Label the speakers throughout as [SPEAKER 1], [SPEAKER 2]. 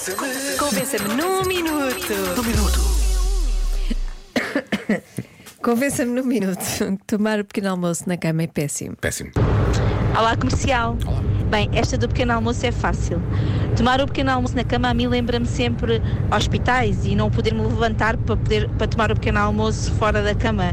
[SPEAKER 1] Convença-me.
[SPEAKER 2] Convença-me num minuto.
[SPEAKER 1] Um minuto.
[SPEAKER 2] Convença-me num minuto. que Tomar o pequeno almoço na cama é péssimo.
[SPEAKER 1] Péssimo.
[SPEAKER 3] Olá, comercial. Bem, esta do pequeno almoço é fácil. Tomar o pequeno almoço na cama a mim lembra-me sempre hospitais e não poder-me levantar para, poder, para tomar o pequeno almoço fora da cama.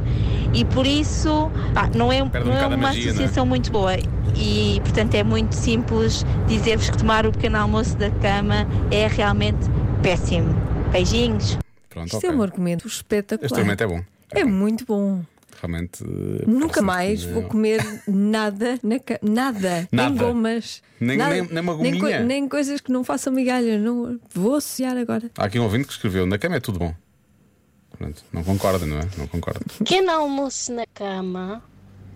[SPEAKER 3] E por isso, pá, não é,
[SPEAKER 1] Perde um
[SPEAKER 3] não é
[SPEAKER 1] bocado a
[SPEAKER 3] uma
[SPEAKER 1] magia, não é?
[SPEAKER 3] associação muito boa. E, portanto, é muito simples dizer-vos que tomar o pequeno almoço da cama é realmente péssimo. Beijinhos.
[SPEAKER 1] Pronto,
[SPEAKER 2] Isto
[SPEAKER 1] ok.
[SPEAKER 2] é um argumento
[SPEAKER 1] Este
[SPEAKER 2] espetacular.
[SPEAKER 1] argumento é bom.
[SPEAKER 2] É muito bom.
[SPEAKER 1] Realmente. eh,
[SPEAKER 2] Nunca
[SPEAKER 1] parece-me
[SPEAKER 2] mais
[SPEAKER 1] que-
[SPEAKER 2] vou comer nada na ca... nada,
[SPEAKER 1] Nada.
[SPEAKER 2] nem gomas,
[SPEAKER 1] Nem-
[SPEAKER 2] nada-
[SPEAKER 1] nem- nem uma
[SPEAKER 2] nem,
[SPEAKER 1] gominha?
[SPEAKER 2] nem coisas que não façam migalha. Não vou associar agora.
[SPEAKER 1] Há aqui um ouvinte que escreveu: na cama é tudo bom. Pronto, não concorda, não é? Não concorda.
[SPEAKER 4] Pequeno almoço na cama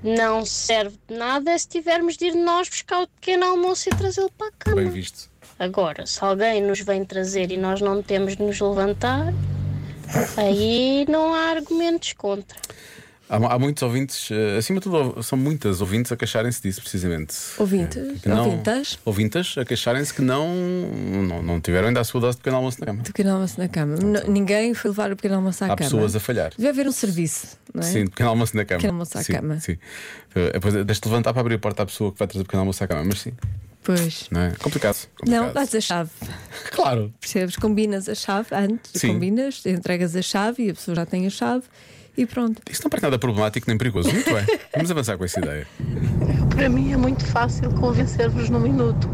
[SPEAKER 4] não serve de nada se tivermos de ir nós buscar o pequeno almoço e trazê-lo para a
[SPEAKER 1] Bem
[SPEAKER 4] cama.
[SPEAKER 1] visto.
[SPEAKER 4] Agora, se alguém nos vem trazer e nós não temos de nos levantar, aí não há argumentos contra.
[SPEAKER 1] Há, há muitos ouvintes, eh, acima de tudo, são muitas ouvintes a queixarem-se disso, precisamente. Eh,
[SPEAKER 2] Ouvintes?
[SPEAKER 1] Que não-
[SPEAKER 2] Ouvintas?
[SPEAKER 1] Ouvintes a queixarem-se que não, não, não tiveram ainda a sua dose de pequeno almoço na cama.
[SPEAKER 2] Do pequeno almoço na cama. Não- ninguém foi levar o pequeno almoço à
[SPEAKER 1] Há
[SPEAKER 2] cama.
[SPEAKER 1] pessoas a falhar.
[SPEAKER 2] Deve haver um serviço, não é?
[SPEAKER 1] Sim, de pequeno almoço na cama.
[SPEAKER 2] Pequeno almoço à
[SPEAKER 1] sim,
[SPEAKER 2] cama.
[SPEAKER 1] Sim. Eh, Depois eh, deixa-te levantar para abrir a porta à pessoa que vai trazer o pequeno almoço à cama, mas sim,
[SPEAKER 2] Pois.
[SPEAKER 1] não é? Complicado. complicado.
[SPEAKER 2] Não, dás a chave,
[SPEAKER 1] Claro.
[SPEAKER 2] percebes? Combinas a chave antes,
[SPEAKER 1] Sim.
[SPEAKER 2] combinas, entregas a chave e a pessoa já tem a chave e pronto.
[SPEAKER 1] Isso não parece nada problemático nem perigoso. Muito bem. Vamos avançar com essa ideia.
[SPEAKER 5] Para mim é muito fácil convencer-vos num minuto.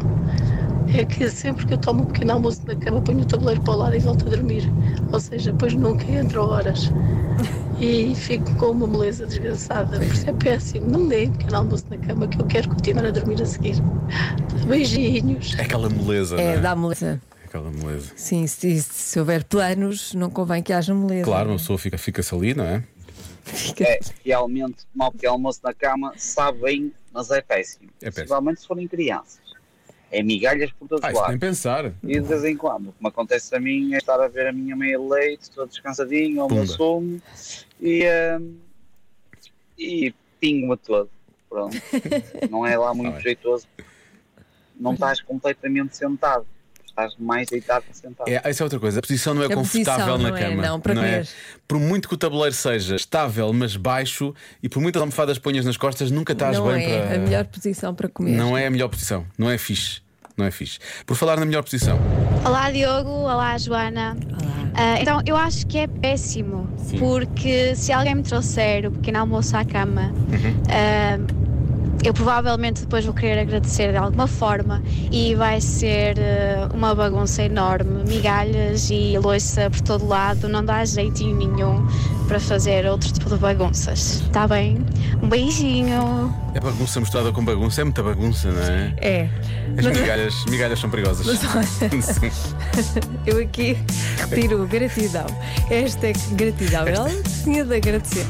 [SPEAKER 5] É que sempre que eu tomo um pequeno almoço na cama, ponho o tabuleiro para o lado e volto a dormir. Ou seja, depois nunca entro horas. E fico com uma moleza desgraçada. Por isso é péssimo. Não me deem pequeno almoço na cama que eu quero continuar a dormir a seguir. Beijinhos.
[SPEAKER 1] É aquela moleza.
[SPEAKER 2] É,
[SPEAKER 1] não
[SPEAKER 2] dá moleza.
[SPEAKER 1] é? Aquela moleza.
[SPEAKER 2] Sim, se, se houver planos, não convém que haja moleza.
[SPEAKER 1] Claro, uma pessoa fica- fica-se ali, não é?
[SPEAKER 2] Fica-
[SPEAKER 6] É realmente mal pequeno almoço na cama, sabe bem, mas é péssimo.
[SPEAKER 1] É péssimo.
[SPEAKER 6] Principalmente se forem crianças. É migalhas por todos
[SPEAKER 1] Ah,
[SPEAKER 6] os
[SPEAKER 1] isso nem
[SPEAKER 6] lados.
[SPEAKER 1] pensar.
[SPEAKER 6] E de vez em quando, o que me acontece a mim é estar a ver a minha meia leite, todo descansadinho, ao meu
[SPEAKER 1] Pumba.
[SPEAKER 6] sumo, e, hum, e pingo-me todo. Pronto. Não é lá muito
[SPEAKER 1] Tá bem.
[SPEAKER 6] jeitoso. Não estás completamente sentado. Estás mais deitado que sentado.
[SPEAKER 1] É, essa é outra coisa. A posição não é
[SPEAKER 2] A
[SPEAKER 1] confortável
[SPEAKER 2] posição
[SPEAKER 1] na
[SPEAKER 2] não é,
[SPEAKER 1] cama.
[SPEAKER 2] não, para
[SPEAKER 1] é?
[SPEAKER 2] ver.
[SPEAKER 1] Por muito que o tabuleiro seja estável, mas baixo, e por muitas almofadas ponhas nas costas, nunca estás
[SPEAKER 2] não
[SPEAKER 1] bem
[SPEAKER 2] é
[SPEAKER 1] para.
[SPEAKER 2] a melhor posição para comer.
[SPEAKER 1] Não é a melhor posição. Não é fixe. Não é fixe. Por falar na melhor posição.
[SPEAKER 7] Olá Diogo, olá Joana.
[SPEAKER 1] é?
[SPEAKER 7] Ah, então eu acho que é péssimo
[SPEAKER 1] Sim.
[SPEAKER 7] porque se alguém me trouxer o pequeno almoço à cama, ah, eu provavelmente depois vou querer agradecer de alguma forma e vai ser ah, uma bagunça enorme, migalhas e louça por todo lado, não dá jeitinho nenhum para fazer outro tipo de bagunças. Tá bem? Um beijinho.
[SPEAKER 1] É bagunça misturada com bagunça. É muita bagunça, não é?
[SPEAKER 2] É.
[SPEAKER 1] As migalhas, migalhas são perigosas. Sim.
[SPEAKER 2] Eu aqui retiro gratidão. Esta é gratidão. Ela tinha de agradecer.